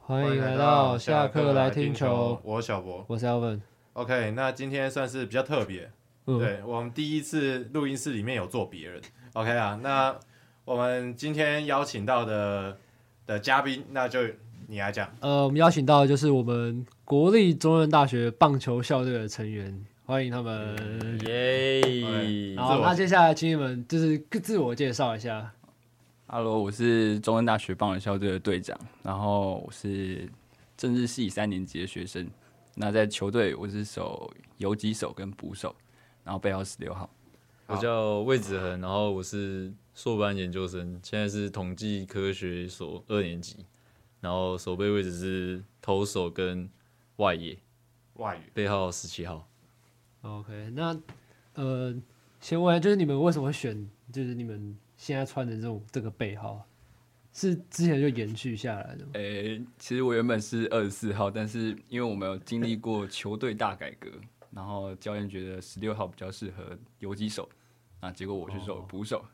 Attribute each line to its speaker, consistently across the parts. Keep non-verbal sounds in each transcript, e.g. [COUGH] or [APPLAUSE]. Speaker 1: 欢迎来到下课来听球，
Speaker 2: 我是小博。
Speaker 1: 我是 Alvin。
Speaker 2: OK，那今天算是比较特别，
Speaker 1: 嗯，
Speaker 2: 对我们第一次录音室里面有坐别人。OK 啊，那我们今天邀请到的的嘉宾，那就你来讲。
Speaker 1: 呃，我们邀请到的就是我们国立中正大学棒球校队的成员，欢迎他们。
Speaker 3: 耶
Speaker 2: 嗯
Speaker 1: 好，
Speaker 2: 自我
Speaker 1: 那接下来请你们就是各自我介绍一下。
Speaker 3: ！Hello，我是中山大学棒球校队的队长，然后我是政治系三年级的学生。那在球队我是守游击手跟捕手，然后背号十六号。
Speaker 4: 我叫魏子恒，然后我是硕班研究生，现在是统计科学所二年级，然后守备位置是投手跟外野，
Speaker 2: 外语
Speaker 4: 背号十七号。
Speaker 1: OK，那呃，先问一下就是你们为什么会选就是你们现在穿的这种这个背号，是之前就延续下来的吗？
Speaker 3: 诶、其实我原本是二十四号，但是因为我们有经历过球队大改革，然后教练觉得十六号比较适合游击手，那结果我去守捕手。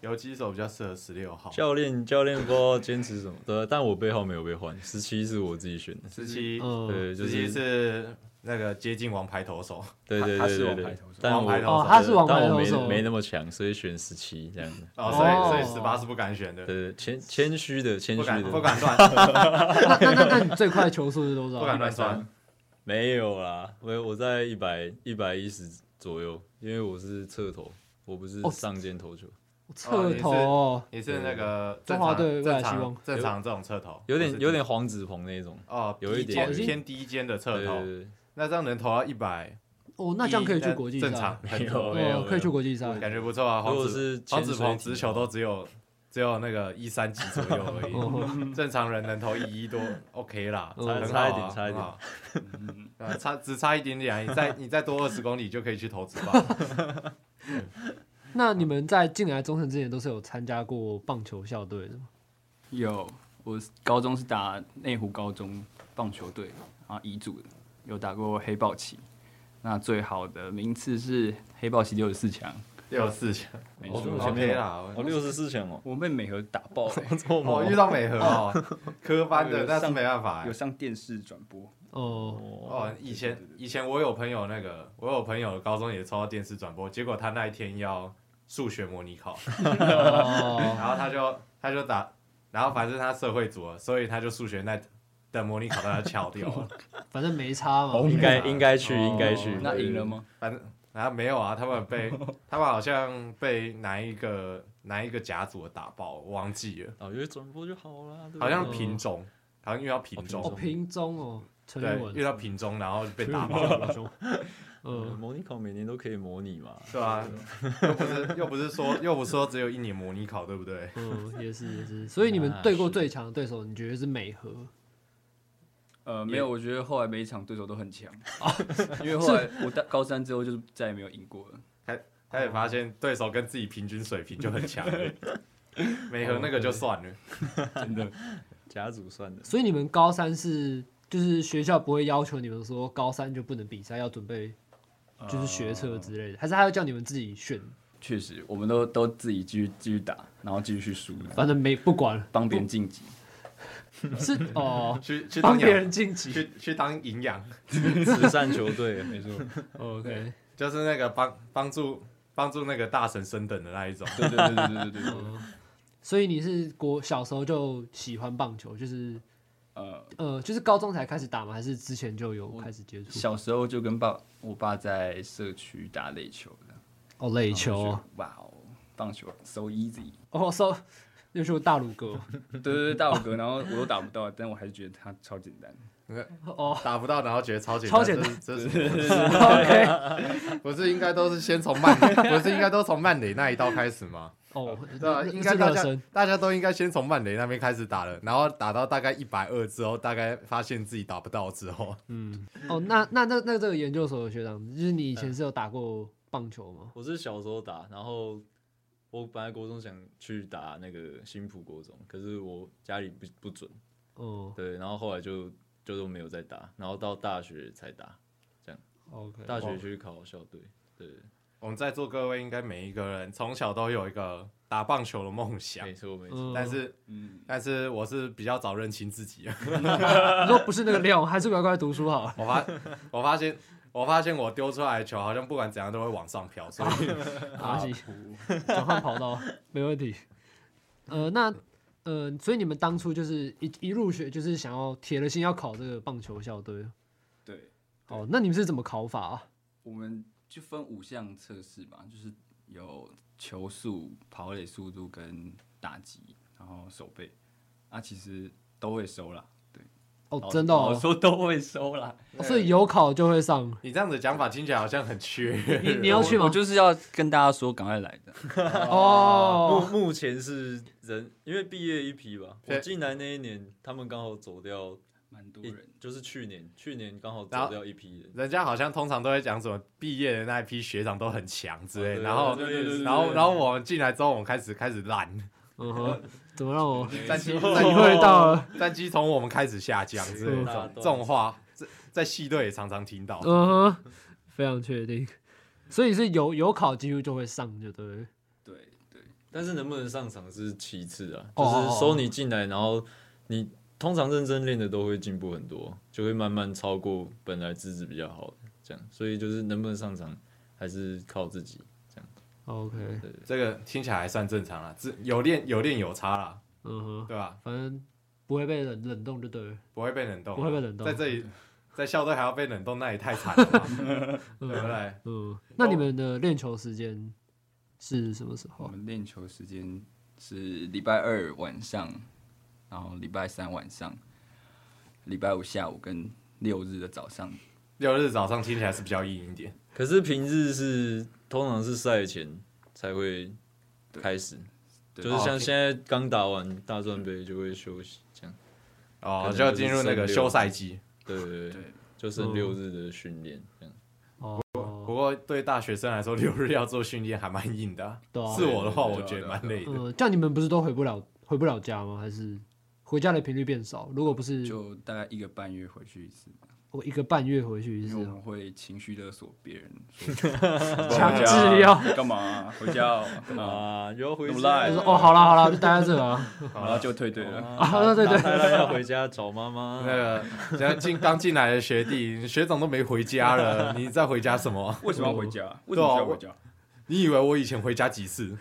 Speaker 2: 游击手比较适合十六号，
Speaker 4: 教练教练不知道坚持什么，对，但我背号没有被换，十七是我自己选的。
Speaker 2: 十七，
Speaker 1: 嗯，
Speaker 4: 对，就
Speaker 2: 十七
Speaker 4: 是
Speaker 2: 是那个接近王牌投手。
Speaker 4: 对对
Speaker 3: 他
Speaker 4: 对
Speaker 3: 是
Speaker 4: 对
Speaker 3: 王牌
Speaker 4: 对
Speaker 3: 投手，
Speaker 4: 但
Speaker 2: 王
Speaker 4: 我
Speaker 2: 牌投手
Speaker 1: 哦他是王牌
Speaker 4: 但我
Speaker 1: 投手
Speaker 4: 没没那么强，所以选十七这样子。
Speaker 2: 哦，所以
Speaker 1: 哦
Speaker 2: 所以十八是不敢选的，
Speaker 4: 对对，谦谦虚的谦
Speaker 2: 不
Speaker 4: 虚
Speaker 2: 敢不
Speaker 4: 的，
Speaker 2: 敢乱
Speaker 1: 那 [LAUGHS] 那那那你最快的球速是多少？
Speaker 2: 不敢乱算。
Speaker 4: 没有啦，我我在一百一百一十左右，因为我是侧投，我不是
Speaker 1: 哦
Speaker 4: 上肩投球，
Speaker 1: 侧头哦，
Speaker 2: 也是那个
Speaker 1: 中华队未
Speaker 2: 正
Speaker 1: 来希
Speaker 2: 常
Speaker 1: 望
Speaker 2: 正常这种侧投，
Speaker 4: 有点
Speaker 2: 哦不是
Speaker 4: 有点黄子鹏那种。
Speaker 2: 哦，
Speaker 4: 有一
Speaker 2: 低
Speaker 4: 点
Speaker 2: 肩
Speaker 1: 有一点
Speaker 2: 偏低肩的侧
Speaker 4: 对
Speaker 2: 投，
Speaker 4: 对
Speaker 2: 那这样能投到一百，
Speaker 1: 哦，那这样可以去国际赛
Speaker 2: 正常，
Speaker 4: 对，有没
Speaker 1: 哦
Speaker 4: 有，
Speaker 1: 可以去国际赛。
Speaker 2: 感觉不错啊。
Speaker 4: 如
Speaker 2: 黄
Speaker 4: 果
Speaker 2: 子
Speaker 4: 是
Speaker 2: 黄
Speaker 4: 潜
Speaker 2: 子
Speaker 4: 水
Speaker 2: 鹏
Speaker 4: 艇的
Speaker 2: 直球都只有只有那个一三级左右而已，正常人能投一一多 OK 啦，
Speaker 1: 嗯
Speaker 2: 很好
Speaker 4: 哦差一
Speaker 2: 啊
Speaker 4: 点差一
Speaker 2: 很
Speaker 4: 点
Speaker 2: 好呃差只差一点点啊，你再你再多二十公里就可以去投直棒。
Speaker 1: 那你们在进来中诚之前都是有参加过棒球校队的吗？
Speaker 3: 有，我高中是打内湖高中棒球队，然后乙组的，有打过黑豹旗。那最好的名次是黑豹旗六十四强，
Speaker 2: 六四强
Speaker 3: 没
Speaker 4: 哦
Speaker 3: 错
Speaker 4: 这么。前面
Speaker 3: 啊
Speaker 2: OK 啦，
Speaker 4: 哦，六十四强哦，
Speaker 3: 我被美和打 [LAUGHS] 爆、欸
Speaker 2: 我遇到美和哦，科班的
Speaker 3: 有
Speaker 2: 但是
Speaker 3: 上
Speaker 2: 没办法欸
Speaker 3: 有。上电视转播。
Speaker 1: 哦，
Speaker 2: 哦，以前以前我有朋友那个，我有朋友高中也抽到电视转播，结果他那一天要数学模拟考，然后他就他就打，然后反正他社会组了，所以他就数学那的模拟考他就翘掉了，
Speaker 1: 反正没差
Speaker 2: 哦
Speaker 1: 嘛。
Speaker 4: 应该应该去
Speaker 1: 哦
Speaker 4: 应该去，
Speaker 3: 那赢了？吗？
Speaker 2: 反正然后没有啊，他们被他们好像被哪一个哪一个甲组的打爆，我忘记了，
Speaker 4: 哦，因为转播就好啦，对不对
Speaker 2: 好像品种，好像遇到品
Speaker 1: 哦，
Speaker 2: 种，
Speaker 1: 平中哦，陈宇
Speaker 2: 对，遇
Speaker 1: 文，
Speaker 2: 到品种然后被打爆，
Speaker 1: [LAUGHS]
Speaker 2: [LAUGHS]
Speaker 4: 嗯
Speaker 1: 嗯，
Speaker 4: 模拟考每年都可以模拟嘛。
Speaker 2: 对啊，又不是又不是说又不是说只有一年模拟考，对不对？
Speaker 1: 嗯，也是也是。所以你们对过最强的对手，你觉得是美和？
Speaker 3: 呃，没有，我觉得后来每一场对手都很强， [LAUGHS] 因为后来我到高三之后就是再也没有赢过了。
Speaker 2: 他也发现对手跟自己平均水平就很 [LAUGHS] 强了，美和那个就算了，
Speaker 4: 甲组算 [LAUGHS] 的，
Speaker 1: 所以你们高三是就是学校不会要求你们说高三就不能比赛，要准备就是学车之
Speaker 2: 呃
Speaker 1: 类的，还是他要叫你们自己选？
Speaker 3: 确实，我们都都自己继续继续打，然后继续去输，
Speaker 1: 反正没不
Speaker 2: [LAUGHS]
Speaker 1: 管了，
Speaker 3: 帮别人晋级。
Speaker 1: 是哦，
Speaker 2: 去去
Speaker 1: 帮
Speaker 2: 当
Speaker 1: 别
Speaker 2: 养，
Speaker 1: 人晋级。
Speaker 2: 去去当营养，
Speaker 4: 慈善球队，没错，
Speaker 1: 哦 OK。
Speaker 2: 就是那个帮帮助帮助那个大神升等的那一种。
Speaker 3: 对对对对对对对。
Speaker 1: 嗯所以你是国小时候就喜欢棒球，就是
Speaker 3: 呃，
Speaker 1: 呃，就是高中才开始打吗？还是之前就有开始接触？
Speaker 3: 小时候就跟爸我爸在社区打垒球的。
Speaker 1: 哦，垒球
Speaker 3: 我就
Speaker 1: 哦
Speaker 3: 觉得哇哦，棒球 so easy。
Speaker 1: 哦，搜又是我大鲁哥
Speaker 3: 对对对，大五哥，然后我都打不到，但我还是觉得他超简单。
Speaker 1: [LAUGHS] 哦。
Speaker 2: 打不到，然后觉得超简单，
Speaker 1: 超简单
Speaker 2: 这是，这是
Speaker 1: OK，
Speaker 2: 不是应该都是先
Speaker 1: [LAUGHS]
Speaker 2: 从曼，不是应该都从曼雷那一道开始吗？
Speaker 1: 哦，
Speaker 2: 对啊，应该
Speaker 1: 是
Speaker 2: 大
Speaker 1: 热
Speaker 2: 家
Speaker 1: 身
Speaker 2: 大家都应该先从曼雷那边开始打了，然后打到大概一百二之后，大概发现自己打不到之后，
Speaker 1: 哦。那那那那这个研究所的学长，就是你以前是有打过棒球吗？
Speaker 4: 我是小时候打，然后我本来国中想去打那个新浦国中，可是我家里不不准，
Speaker 1: 哦
Speaker 4: 对，然后后来就就都没有再打，然后到大学才打，
Speaker 1: 哦，OK，
Speaker 4: 大学去考校队，对，
Speaker 2: 我们在座各位应该每一个人从小都有一个打棒球的梦想
Speaker 4: 没，错没错，
Speaker 1: 嗯
Speaker 2: 但是
Speaker 3: 嗯，
Speaker 2: 但是我是比较早认清自己，
Speaker 1: 哦你说不是那个料，还是乖乖读书好了。
Speaker 2: [LAUGHS] 我发 [LAUGHS] 我发现我发现我丢出来的球好像不管怎样都会往上飘，所以。
Speaker 4: [LAUGHS]
Speaker 1: 阿西，啊 [LAUGHS] 转换跑道，没问题。呃，那呃，所以你们当初就是一一入学就是想要铁了心要考这个棒球校队。
Speaker 3: 对，
Speaker 1: 哦，那你们是怎么考法啊？
Speaker 3: 我们就分五项测试吧，就是有球速、跑垒速度跟打击，然后手背，啊，其实都会收啦。
Speaker 1: 哦，真的哦
Speaker 3: 我，说都会收啦。
Speaker 1: 哦所以有考就会上
Speaker 2: 你这样子讲法听起来好像很缺。
Speaker 4: [LAUGHS]
Speaker 1: 你你要去
Speaker 3: 我
Speaker 1: 吗？
Speaker 3: 就是要跟大家说，赶快来的。
Speaker 1: 哦，
Speaker 4: 目目前是人，因为毕业一批吧，
Speaker 2: 对
Speaker 4: 我进来那一年，他们刚好走掉
Speaker 3: 蛮多
Speaker 4: 一
Speaker 3: 人，，
Speaker 4: 就是去年，去年刚好
Speaker 2: 然
Speaker 4: 走
Speaker 2: 后
Speaker 4: 掉一批人。
Speaker 2: 人家好像通常都会讲什么毕业的那一批学长都很强之类的，
Speaker 4: 对
Speaker 2: 然后
Speaker 4: 对对对对对
Speaker 2: 然后然后我们进来之后，我们开始开始烂，
Speaker 1: 嗯哼，怎么让
Speaker 3: [LAUGHS]
Speaker 1: 我
Speaker 2: 战绩
Speaker 1: 体会到了？
Speaker 2: 战绩从我们开始下降之类
Speaker 1: 是
Speaker 2: 的
Speaker 4: 大
Speaker 2: 这种话，在在系队也常常听到。
Speaker 1: 嗯哼，非常确定。所以是有有考几乎就会上，就对了。
Speaker 3: 对对，
Speaker 4: 但是能不能上场是其次啊，就
Speaker 1: 哦
Speaker 4: 是收你进来，然后你通常认真练的都会进步很多，就会慢慢超过本来资质比较好的这样，所以就是能不能上场还是靠自己。
Speaker 1: OK，
Speaker 2: 这个听起来还算正常啦，只有练有练有差啦，
Speaker 1: 嗯哼，
Speaker 2: 对吧？
Speaker 1: 反正不会被冷冷冻就对了。
Speaker 2: 不会被冷冻啊，
Speaker 1: 不会被冷冻
Speaker 2: 在这里在校队还要被冷冻，那也太惨了
Speaker 1: [LAUGHS]
Speaker 2: 吧，对不
Speaker 1: 嗯
Speaker 2: 对？
Speaker 1: 嗯，那你们的练球时间是什么时
Speaker 3: 我
Speaker 1: 候？
Speaker 3: 们练球时间是礼拜二晚上，然后礼拜三晚上，礼拜五下午跟六日的早上。
Speaker 2: 六日早上听起来是比较硬一点，
Speaker 4: 可是平日是通常是赛前才会开始，
Speaker 3: 对
Speaker 4: 就是
Speaker 2: 哦
Speaker 4: 像现在刚打完大专杯就会休息这样。可
Speaker 2: 哦，
Speaker 4: 能
Speaker 2: 就要进入那个
Speaker 4: 就是
Speaker 2: 休赛季。
Speaker 4: 对对对
Speaker 3: 对，
Speaker 4: 就剩六日的训练这样。
Speaker 2: 不
Speaker 1: 哦，
Speaker 2: 过对大学生来说，六日要做训练还蛮硬的啊、
Speaker 1: [LAUGHS] 对啊
Speaker 2: 是我的话，
Speaker 3: 对对
Speaker 2: 我
Speaker 3: 对
Speaker 2: 觉得
Speaker 3: 对
Speaker 2: 蛮累的。
Speaker 1: 嗯，这样你们不是都回不了回不了家吗？还是回家的频率变少？如果不是
Speaker 3: 就大概一个半月回去一次，
Speaker 1: 我一个半月回去一
Speaker 3: 因
Speaker 1: 次
Speaker 3: 为我
Speaker 1: 哦，
Speaker 3: 们会情绪勒索别人，
Speaker 1: 啊
Speaker 2: 啊
Speaker 1: 强制要
Speaker 3: [LAUGHS] 干嘛啊、回家哦、干嘛啊、
Speaker 4: 啊，有回
Speaker 3: 那么赖
Speaker 1: 就说哦，好啦好啦，就待在这了
Speaker 2: [LAUGHS]
Speaker 1: 啊。
Speaker 3: 然后就退队了。
Speaker 2: 哦
Speaker 1: 啊对对
Speaker 4: 对，大家要回家找妈妈。
Speaker 2: 那个，现在进刚进来的学弟，学长都没回
Speaker 1: [LAUGHS]
Speaker 2: 家了，你再回家什么？
Speaker 3: 为什么要回家？
Speaker 2: 啊
Speaker 3: 为什么需要回家？
Speaker 2: 你以为我以前回家几次？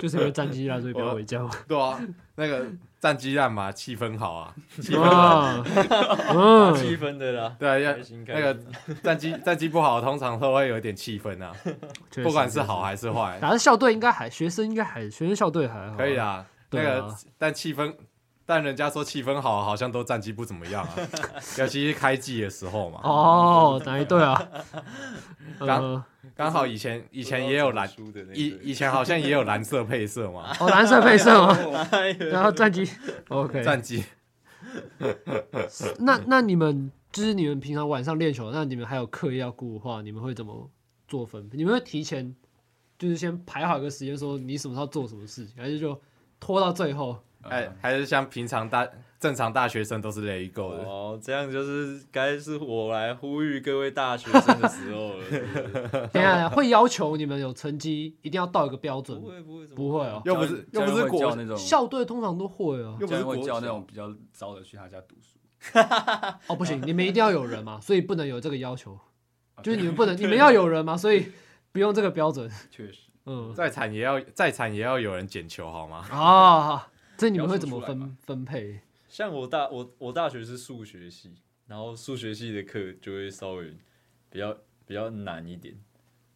Speaker 1: 就是因为战绩啦，所以不要回家嘛。
Speaker 2: 对啊，那个战绩烂嘛，气氛好啊。
Speaker 1: 啊，
Speaker 2: [LAUGHS]
Speaker 1: 嗯，
Speaker 4: 气氛的啦，
Speaker 2: 对啊，要
Speaker 4: 开心开
Speaker 2: 那
Speaker 4: 心
Speaker 2: 个战绩战绩不好，通常都会有点气氛啊，
Speaker 1: 确实
Speaker 2: 不管是好，还是坏，
Speaker 1: 反正校队应该还学生应该还学生校队还好，
Speaker 2: 可以，啊。那
Speaker 1: 哦对啊
Speaker 2: 个但气氛，但人家说气氛好，好像都战绩不怎么
Speaker 1: [LAUGHS]
Speaker 2: 样啊，尤其是开季的时候嘛。
Speaker 1: 哦，哪一队啊？
Speaker 2: [LAUGHS] 刚
Speaker 1: 呃
Speaker 2: 刚好以前以
Speaker 4: 以
Speaker 2: 前也有蓝，以以前好像也有蓝色配色嘛，
Speaker 1: 哦，蓝色配
Speaker 2: [LAUGHS]
Speaker 1: 色吗？
Speaker 4: 然
Speaker 1: 然后战绩，OK。
Speaker 2: 战绩
Speaker 1: 那
Speaker 4: 嗯
Speaker 1: 那你们就是你们平常晚上练球，那你们还有课业要顾的话，你们会怎么做分配？你们会提前就是先排好一个时间，说你什么时候要做什么事情，还是就拖到最
Speaker 4: [LAUGHS]
Speaker 1: 后？
Speaker 3: 嗯
Speaker 2: 哎，还是像平常大正常大学生都是雷够的。
Speaker 4: 哦，这样就是该是我来呼吁各位大学生的时候了。
Speaker 1: 等一下会要求你们有成绩一定要到一个标准
Speaker 4: 不，会不会，怎么
Speaker 1: 不会哦。
Speaker 2: 又不是又
Speaker 3: 教练
Speaker 2: 不是
Speaker 3: 会
Speaker 2: 国
Speaker 3: 叫那种，
Speaker 1: 校队通常都会啊，
Speaker 2: 又不
Speaker 3: 教
Speaker 2: 是
Speaker 3: 练
Speaker 2: 国
Speaker 3: 会叫
Speaker 2: 小
Speaker 3: 那种比较糟的去他家读书。
Speaker 1: 哦，不
Speaker 4: [LAUGHS]
Speaker 1: 行，你们一定要有人嘛，所以不能有这个要求，
Speaker 4: 啊
Speaker 1: 就是你们不能，你们要有人嘛，所以不用这个标
Speaker 4: [LAUGHS]
Speaker 1: 准。
Speaker 3: 确实，
Speaker 1: 嗯，
Speaker 2: 再惨也要再惨也要有人捡球好吗？
Speaker 1: 啊，这你们会怎么
Speaker 3: 描述出来
Speaker 1: 分分配？
Speaker 4: 像我大我我大学是数学系，然后数学系的课就会稍微比较比较难一点。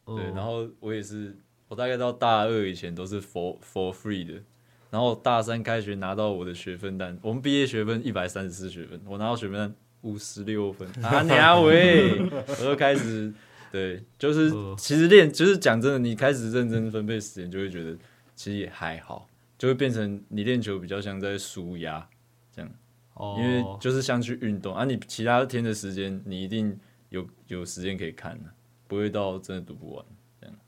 Speaker 1: 嗯
Speaker 4: 对，
Speaker 1: 哦
Speaker 4: 然后我也是，我大概到大二以前都是 for for free 的，然后大三开学拿到我的学分单，我们毕业学分一百三十四学分，我拿到学分单五十六分，啊娘喂，我就开始，对，就是
Speaker 1: 嗯
Speaker 4: 其实练，就是讲真的，你开始认真分配时间，就会觉得其实也还好，就会变成你练球比较像在舒压，
Speaker 1: 哦，
Speaker 4: 因为就是像去运动啊，你其他天的时间你一定有有时间可以看啊不会到真的读不完。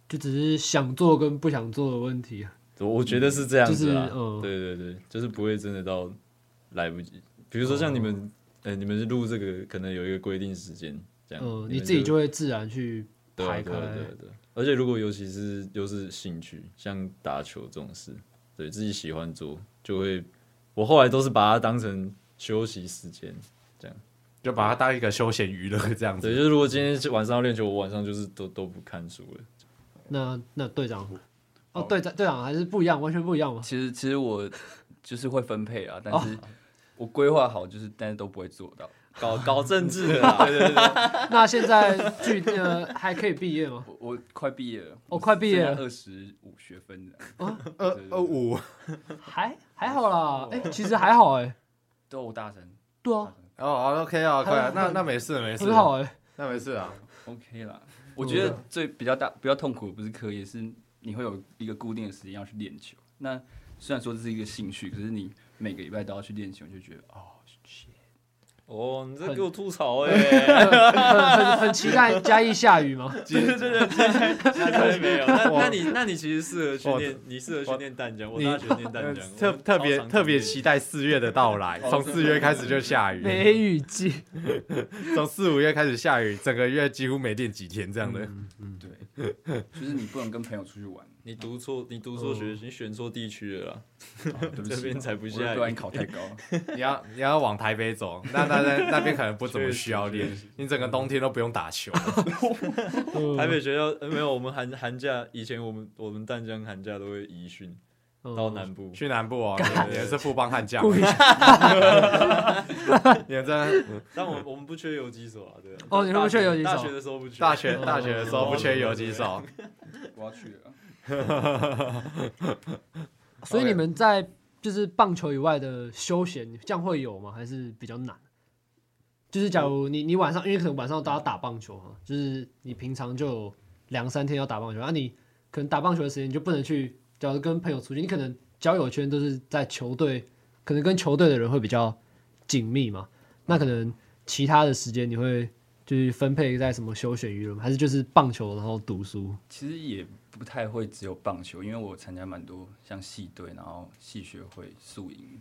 Speaker 1: 就只是想做跟不想做的问题。啊
Speaker 4: 我我觉得是这样子啊，
Speaker 1: 就是嗯
Speaker 4: 对对对，就是不会真的到来不及。比如说像你
Speaker 1: 哦
Speaker 4: 们，呃、你们是录这个，可能有一个规定时间，这样，
Speaker 1: 嗯，
Speaker 4: 们
Speaker 1: 你自己就会自然去
Speaker 4: 对啊
Speaker 1: 排
Speaker 4: 对啊对啊
Speaker 1: 开。
Speaker 4: 对啊，而且如果尤其是又是兴趣，像打球这种事，对自己喜欢做，就会我后来都是把它当成休息时间。
Speaker 2: 就把它当一个休闲娱乐这样
Speaker 4: 对，
Speaker 2: 子。
Speaker 4: 就是如果今天晚上要练球，我晚上就是都都不看书了。
Speaker 1: 那那队长，哦，队长队长还是不一样，完全不一样嘛。
Speaker 3: 其实其实我就是会分配啊，但
Speaker 2: 哦
Speaker 3: 是我规划好，就是但是都不会做到。
Speaker 4: [LAUGHS] 搞搞政治的啦，对对对
Speaker 1: 那现在距呃还可以毕业吗？
Speaker 3: 我我快毕业了，
Speaker 1: 哦快毕业了
Speaker 3: 二十五学分的，
Speaker 2: 二二五，
Speaker 1: 还还好啦，哎、其实还好哎、
Speaker 4: [LAUGHS]
Speaker 3: 都我大三
Speaker 1: 对啊，
Speaker 2: 哦哦，OK 啊，快啊，那那没事没事，
Speaker 1: 很好哎、
Speaker 2: 那没事啊。
Speaker 3: ，OK 啦。我觉得最比较大、比较痛苦的不是课业，是你会有一个固定的时间要去练球。那虽然说这是一个兴趣，可是你每个礼拜都要去练球，你就觉得哦，
Speaker 4: 哦，你这
Speaker 1: 很
Speaker 4: 给我吐槽 [LAUGHS] 哎、欸！
Speaker 1: 很很很期待嘉义下雨
Speaker 4: [LAUGHS]
Speaker 1: 吗？
Speaker 4: 对对对对，没有。 [LAUGHS] 那那你那你其实适合去
Speaker 2: 哇
Speaker 4: 念，你适合去
Speaker 2: 哇
Speaker 4: 念淡江，我
Speaker 2: 你
Speaker 4: 大学念淡 [LAUGHS] 江，
Speaker 2: 呃特
Speaker 4: 我
Speaker 2: 特别
Speaker 4: 超常
Speaker 2: 特别
Speaker 4: 去
Speaker 2: 期待四月的到
Speaker 4: [LAUGHS]
Speaker 2: 来，从四月开始就下雨，
Speaker 1: 梅雨季，
Speaker 2: 从四五月开始下雨，整个月几乎没练几天这样的。
Speaker 1: 嗯
Speaker 3: 嗯对，就是你不能跟朋友出去 [LAUGHS] 玩，
Speaker 4: 念。你读错，你读错学，你选错地区了啦。
Speaker 3: 哦对不起，
Speaker 4: 这边才哦不
Speaker 3: 我
Speaker 4: 下雨
Speaker 3: 不然你考太高了。
Speaker 2: 你要你要往台北走，那那那那边可能不怎么需要练，你整个冬天都不用打球。
Speaker 4: [LAUGHS] 台北学校呃没有，我们寒寒假以前我们我们淡江寒假都会移训
Speaker 1: 嗯
Speaker 4: 到南部，
Speaker 2: 去南部哦，你们是富邦悍将， [LAUGHS]
Speaker 1: 故意 [LAUGHS]
Speaker 2: 你们真的
Speaker 4: 但我们我们不缺游击手啊，对啊。
Speaker 1: 哦你们不缺游击手
Speaker 4: 大学的时候不缺，哦
Speaker 2: 大学大学的时候不缺游击手，
Speaker 3: 我要去了，
Speaker 1: 所以你们在就是棒球以外的休闲，这样会有吗？还是比较难？就是假如
Speaker 2: 嗯
Speaker 1: 你你晚上，因为可能晚上大家打棒球嘛，就是你平常就有两三天要打棒球，那、啊你可能打棒球的时间你就不能去，假如跟朋友出去，你可能交友圈都是在球队，可能跟球队的人会比较紧密嘛，那可能其他的时间你会就是分配在什么休闲娱乐吗，还是就是棒球然后读书？
Speaker 3: 其实也不太会只有棒球，因为我参加蛮多像系队，然后系学会、宿营，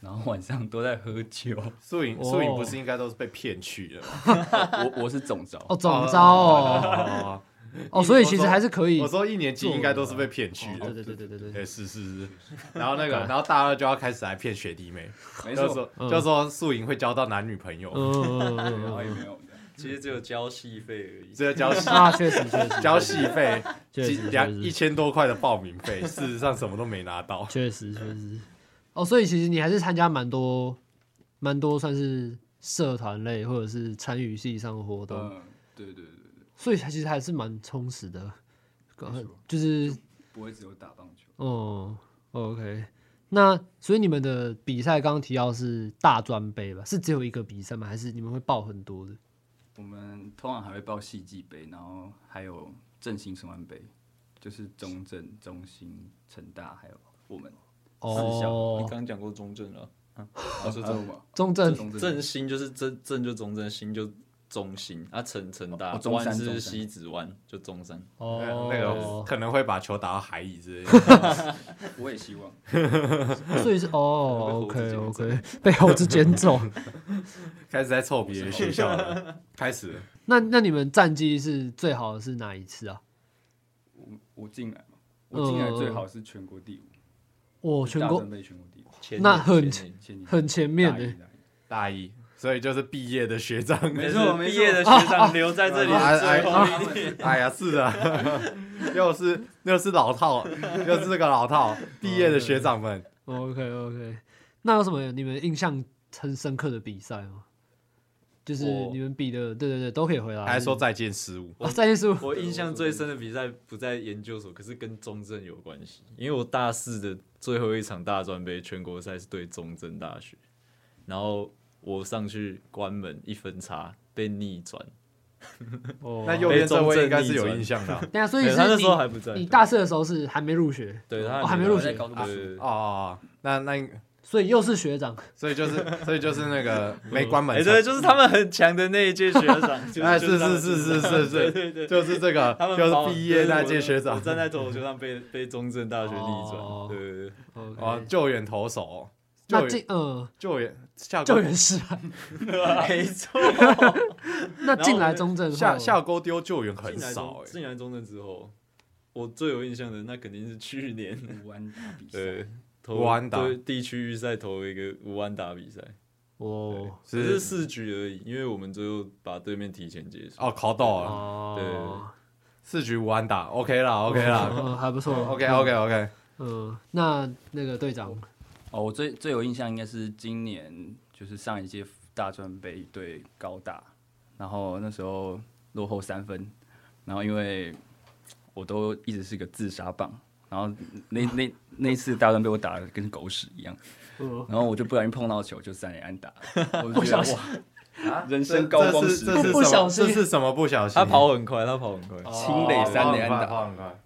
Speaker 3: 然后晚上都在喝酒。 [LAUGHS]
Speaker 2: 素影
Speaker 1: 哦
Speaker 2: 素影不是应该都是被骗去的吗？
Speaker 3: 我我是总招，
Speaker 1: 哦，总
Speaker 2: 呃
Speaker 1: 招
Speaker 2: [LAUGHS]
Speaker 1: 哦，
Speaker 2: 哦，
Speaker 1: 哦，所以其实还是可以
Speaker 2: 我。说一年级应该都
Speaker 4: 啊
Speaker 2: 是被骗去
Speaker 1: 哦
Speaker 4: 哦
Speaker 1: 对对
Speaker 2: 的。
Speaker 1: 对对对对。
Speaker 2: 对，是是是， [LAUGHS] 然后那个，然后大二就要开始来骗学弟妹，
Speaker 3: 没
Speaker 2: 就
Speaker 3: 错，
Speaker 2: 说就说宿营会交到男女朋友，
Speaker 3: 然
Speaker 1: [LAUGHS]
Speaker 3: 后
Speaker 1: 嗯
Speaker 3: 也没有
Speaker 4: 其实只有交戏费而已。
Speaker 2: [LAUGHS] 这个交戏
Speaker 1: 啊，确实确实
Speaker 2: 交戏费
Speaker 1: 确
Speaker 2: 几
Speaker 1: 实
Speaker 2: 两
Speaker 1: 确实
Speaker 2: 一千多块的报名费，事实上什么都没拿到。
Speaker 1: 确实确实。哦，所以其实你还是参加蛮多蛮多算是社团类或者是参与系上的活动，
Speaker 3: 嗯，对对对对，
Speaker 1: 所以其实还是蛮充实的。
Speaker 3: 没错
Speaker 1: 就是
Speaker 3: 不会只有打棒球。
Speaker 1: 哦，OK。那所以你们的比赛刚刚提到是大专杯吧？是只有一个比赛吗？还是你们会报很多的？
Speaker 3: 我们通常还会报戏剧杯，然后还有振兴双安杯，就是中正、中兴、成大，还有我们
Speaker 4: 你
Speaker 1: 哦，
Speaker 4: 刚讲过中正了，
Speaker 3: 啊，是中吗？
Speaker 1: 中正
Speaker 3: 中正
Speaker 4: 正兴就是正正就中正，兴就中兴啊，成成大
Speaker 3: 哦中山
Speaker 4: 湾
Speaker 3: 中
Speaker 4: 是
Speaker 3: 山
Speaker 4: 西子湾，就中山。
Speaker 1: 哦，
Speaker 2: 那个可能会把球打到海里之类的。
Speaker 3: 我也希望。
Speaker 4: [LAUGHS]
Speaker 1: 所以是哦
Speaker 4: 可能
Speaker 1: ，OK
Speaker 4: 被猴子
Speaker 1: OK，被猴子捡
Speaker 4: [LAUGHS]
Speaker 1: 走。
Speaker 2: 开始在凑别的学校了，开始了
Speaker 1: 那那你们战绩是最好的是哪一次啊？
Speaker 3: 我我进来嘛，我进来最好是全国第五，
Speaker 1: 我
Speaker 3: 是
Speaker 1: 全
Speaker 3: 大
Speaker 1: 国
Speaker 3: 专杯全国第五，
Speaker 4: 前年
Speaker 1: 那呃很
Speaker 4: 前年
Speaker 3: 前年
Speaker 1: 很前面
Speaker 3: 大一
Speaker 1: 的，
Speaker 3: 大一
Speaker 2: 大一，所以就是毕业的学长。
Speaker 3: 没
Speaker 4: 但
Speaker 3: 错
Speaker 4: 是
Speaker 3: 没错
Speaker 4: 毕业的学长留在这里
Speaker 2: 啊啊
Speaker 4: 最后一年，
Speaker 2: 哎呀，是的， [LAUGHS] 又是又是老套，又是这个老套，毕业的学长们。
Speaker 1: OK OK，那有什么你们印象很深刻的比赛吗？就是
Speaker 4: 我
Speaker 1: 你们比的，对对对，都可以回答。
Speaker 2: 还说再见失误，
Speaker 1: 啊，战绩是
Speaker 4: 我印象最深的比赛不在研究所，可是跟中正有关系，因为我大四的最后一场大专杯全国赛是对中正大学，然后我上去关门一分差被逆转，
Speaker 1: 哦，
Speaker 2: 那右
Speaker 1: 对
Speaker 2: 边这位应该是有印象
Speaker 4: [LAUGHS]
Speaker 2: 的啊
Speaker 1: 啊，所以
Speaker 4: 对
Speaker 1: 是
Speaker 4: 他那
Speaker 1: 你
Speaker 4: 时候还不在
Speaker 1: 你大四的时候是还没入学，
Speaker 4: 对
Speaker 1: 哦
Speaker 4: 他
Speaker 1: 还没
Speaker 4: 到
Speaker 1: 入学
Speaker 3: 在，高中
Speaker 4: 对
Speaker 3: 部
Speaker 4: 对对
Speaker 2: 哦。那那
Speaker 1: 所以又是学长，
Speaker 2: 所以就是所以就是那
Speaker 4: [LAUGHS]
Speaker 2: 个没关门
Speaker 4: 哎，对，就是他们很强的那一届学
Speaker 2: [LAUGHS]
Speaker 4: 长，就
Speaker 2: 哎，
Speaker 4: 就是他们
Speaker 2: 是是是是
Speaker 4: 对
Speaker 2: 是，
Speaker 4: 对对，
Speaker 2: 就是这个
Speaker 4: [LAUGHS] 他，们把
Speaker 2: 就
Speaker 4: 我
Speaker 2: 是毕业
Speaker 4: 就是
Speaker 2: 那
Speaker 4: 我
Speaker 2: 届学
Speaker 4: 我
Speaker 2: 长哦
Speaker 4: 站在投球上被被中正大学逆转
Speaker 1: 哦，
Speaker 4: 对对对，
Speaker 1: 哦
Speaker 2: 哦，救援投手
Speaker 1: 那
Speaker 2: 就
Speaker 1: 进呃
Speaker 2: 救援下
Speaker 1: 救
Speaker 2: 钩
Speaker 1: 援是啊，
Speaker 2: [LAUGHS]
Speaker 4: [LAUGHS] 没错，
Speaker 1: 那进来中正后
Speaker 2: 下下钩丢救援很
Speaker 4: 进来
Speaker 2: 少
Speaker 4: 中
Speaker 2: 哎、
Speaker 4: 进来中正之后，我最有印象的那肯定是去
Speaker 2: [LAUGHS]
Speaker 4: 年
Speaker 3: 五安打比赛，
Speaker 4: 呃投
Speaker 2: 五安打
Speaker 4: 对地区预赛投了一个五安打比赛，
Speaker 1: 哦
Speaker 4: 只是四局而已，因为我们最后把对面提前结束。
Speaker 2: 哦，考到了，
Speaker 1: 哦，
Speaker 2: 四局五安打，OK 啦，OK 啦
Speaker 4: [LAUGHS]
Speaker 1: 嗯，还不错
Speaker 2: ，OK OK OK，
Speaker 1: 嗯，那那个队长
Speaker 3: 哦，我最最有印象应该是今年，就是上一届大专杯对高大，然后那时候落后三分，然后因为我都一直是个自杀棒，然后那那那一次大专杯我打的跟狗屎一样，
Speaker 1: 嗯
Speaker 3: 然后我就不小心碰到球就三连安打，
Speaker 2: [LAUGHS]
Speaker 3: 我就
Speaker 1: 不
Speaker 3: 觉
Speaker 1: 小
Speaker 3: 得
Speaker 1: 心
Speaker 3: 哇，人生高光时刻
Speaker 2: 啊这是
Speaker 1: 不
Speaker 2: 这是什
Speaker 1: 小
Speaker 2: 么？
Speaker 1: 心
Speaker 2: 这是什么不小心？
Speaker 4: 他跑很快，他跑很快，
Speaker 2: 哦
Speaker 3: 清垒三连安打
Speaker 2: 跑很快，跑很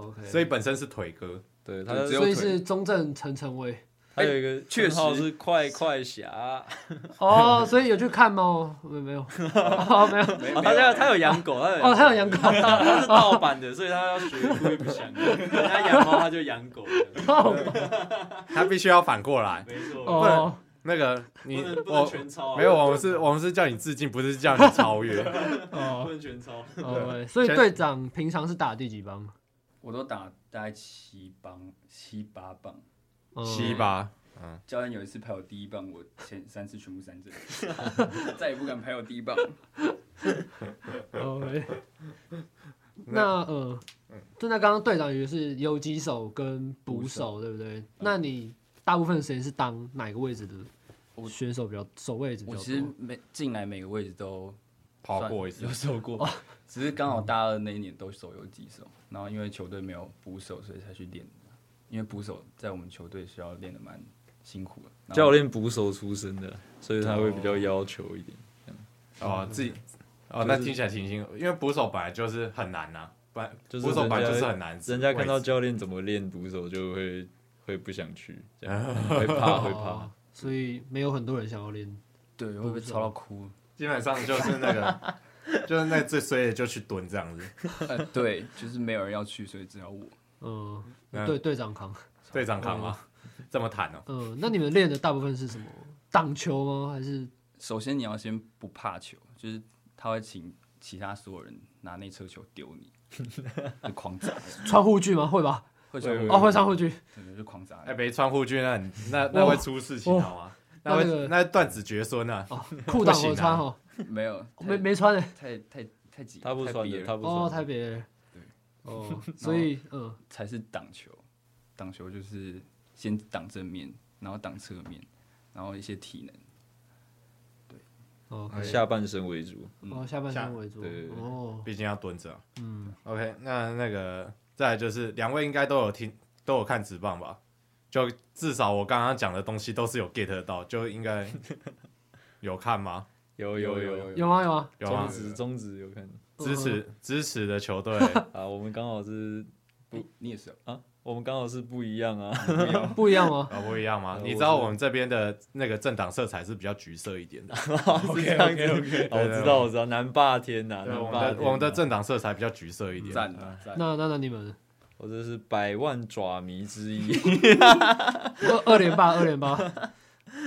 Speaker 1: 哦，OK，
Speaker 2: 快所以本身是腿哥，
Speaker 4: 对他
Speaker 3: 就只有
Speaker 1: 所以是中正陈晨威
Speaker 4: 他有一
Speaker 2: 哎
Speaker 4: 个
Speaker 3: 确
Speaker 4: 绰号
Speaker 3: 实
Speaker 4: 是快快侠，
Speaker 1: 哦，所以有去看吗？没没有，哦没有，
Speaker 4: 哦，他家他有养狗，他有
Speaker 1: 哦他有养狗哦
Speaker 4: 他他是盗版的，所以他要学故意不想养。他养猫，他就养狗，
Speaker 2: 他必须要反过来。
Speaker 4: 没错，
Speaker 1: 哦，
Speaker 2: 那个
Speaker 4: 不
Speaker 2: 你
Speaker 4: 能不能
Speaker 2: 我
Speaker 4: 全抄啊，
Speaker 2: 没有，我们是我们是叫你致敬，不是叫你超越。
Speaker 4: 不
Speaker 1: 哦
Speaker 4: 能全抄。
Speaker 1: 哦，所以队长平常是打第几帮？
Speaker 3: 我都打大概七棒七八棒。
Speaker 1: 嗯
Speaker 2: 七吧，
Speaker 3: 教练有一次拍我第一棒，我前三次全部 [LAUGHS] 三振，再也不敢拍我第一棒。
Speaker 1: OK，那呃，就那刚刚队长也是游击手跟捕手，对不对？那你大部分的时间是当哪个位置的选手比较守卫者比
Speaker 3: 我
Speaker 1: 较
Speaker 3: 其实
Speaker 1: 多？
Speaker 3: 每进来每个位置都
Speaker 2: 跑过一次
Speaker 3: 有。守过，只是刚好大二那一年都手有几手，嗯然后因为球队没有捕手，所以才去练。因为捕手在我们球队是要练的蛮辛苦的，然后
Speaker 4: 教练捕手出身的，所以他会比较要求一点。
Speaker 3: 呃
Speaker 2: 哦，自己哦，那听起来挺辛苦，因为捕手本来就是很难呐，不然
Speaker 4: 就是
Speaker 2: 捕手本来
Speaker 4: 人家
Speaker 2: 就是很难。
Speaker 4: 人家看到教练怎么练捕手，就会会不想去，这样会怕会怕
Speaker 1: 哦。，所以没有很多人想要练。
Speaker 3: 对会被操到哭。
Speaker 2: 基本上就是那个，就是那最衰的就去蹲这样子。
Speaker 3: 呃，对，就是没有人要去，所以只有我。
Speaker 1: 嗯，
Speaker 2: 嗯
Speaker 1: 对，队长扛。
Speaker 2: 队长扛吗？这么惨哦。
Speaker 1: 嗯，那你们练的大部分是什么？挡球吗？还是
Speaker 3: 首先你要先不怕球，就是他会请其他所有人拿那车球丢你，就狂砸，
Speaker 1: 穿护具吗？会吧？
Speaker 3: [LAUGHS] 会说
Speaker 4: 会
Speaker 1: 哦，会穿护具。
Speaker 3: 对就狂砸。
Speaker 2: 哎，没穿护具那很那那会出事情
Speaker 1: 哇
Speaker 2: 好吗？那会
Speaker 1: 那个
Speaker 2: 那断子绝孙啊！
Speaker 1: 哦，裤裆我穿哦，
Speaker 3: 没有，
Speaker 1: 没没穿欸
Speaker 3: 太太太挤，
Speaker 4: 他不
Speaker 3: 太
Speaker 4: 穿
Speaker 3: 憋
Speaker 4: 的，
Speaker 3: 了
Speaker 4: 他不
Speaker 1: 哦，
Speaker 4: 穿
Speaker 1: 太
Speaker 4: 的。
Speaker 1: 别了。哦，所以嗯，
Speaker 3: 才是挡球。挡球就是先挡正面，然后挡侧面，然后一些体能。
Speaker 1: 哦，
Speaker 4: 下半身为主，
Speaker 1: 哦，下半
Speaker 2: 下
Speaker 1: 身为主
Speaker 4: 对对。对
Speaker 1: 哦，
Speaker 2: 毕竟要蹲着啊。
Speaker 1: 嗯，
Speaker 2: OK，那那个再来就是两位应该都有听都有看直棒吧？就至少我刚刚讲的东西都是有 get 到，就应
Speaker 1: [LAUGHS]
Speaker 2: 该有看吗？
Speaker 4: 有有
Speaker 3: 有
Speaker 4: 有，
Speaker 1: 有吗？有吗？
Speaker 2: 有啊吗
Speaker 4: 中？指中指有看
Speaker 2: 支持支持的球队
Speaker 4: 啊，我们刚好是
Speaker 3: 不，你也是哦
Speaker 4: 啊，我们刚好是不一样啊。
Speaker 1: 不一样吗？
Speaker 2: 啊不一样吗
Speaker 4: 呃？
Speaker 2: 你知
Speaker 4: 我
Speaker 2: 道
Speaker 4: 是
Speaker 2: 我们这边的那个政党色彩是比较橘色一点的，
Speaker 4: 是这样子。哦我知道，我知道，南霸天呐，
Speaker 2: 对我
Speaker 4: 南
Speaker 2: 们
Speaker 4: 霸
Speaker 2: 的
Speaker 4: 天。
Speaker 2: 我们的，政党色彩比较橘色一点。
Speaker 3: 赞
Speaker 4: 哎
Speaker 3: 啊赞！
Speaker 1: 那那那你们
Speaker 4: 我这是百万爪迷之一。
Speaker 1: 二二连八，二连八，